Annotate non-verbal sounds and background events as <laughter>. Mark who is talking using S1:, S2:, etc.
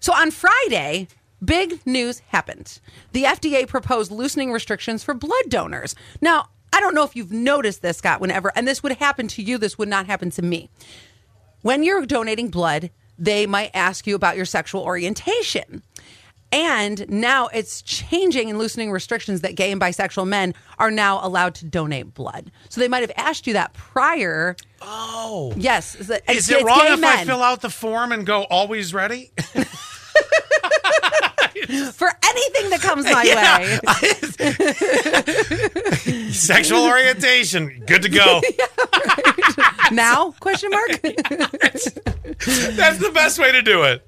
S1: So on Friday, big news happened. The FDA proposed loosening restrictions for blood donors. Now, I don't know if you've noticed this, Scott, whenever, and this would happen to you, this would not happen to me. When you're donating blood, they might ask you about your sexual orientation. And now it's changing and loosening restrictions that gay and bisexual men are now allowed to donate blood. So they might have asked you that prior.
S2: Oh.
S1: Yes. Is
S2: Is it wrong if I fill out the form and go always ready? <laughs>
S1: for anything that comes
S2: <laughs>
S1: my way?
S2: Sexual orientation, good to go.
S1: now? Question mark.
S2: That's the best way to do it.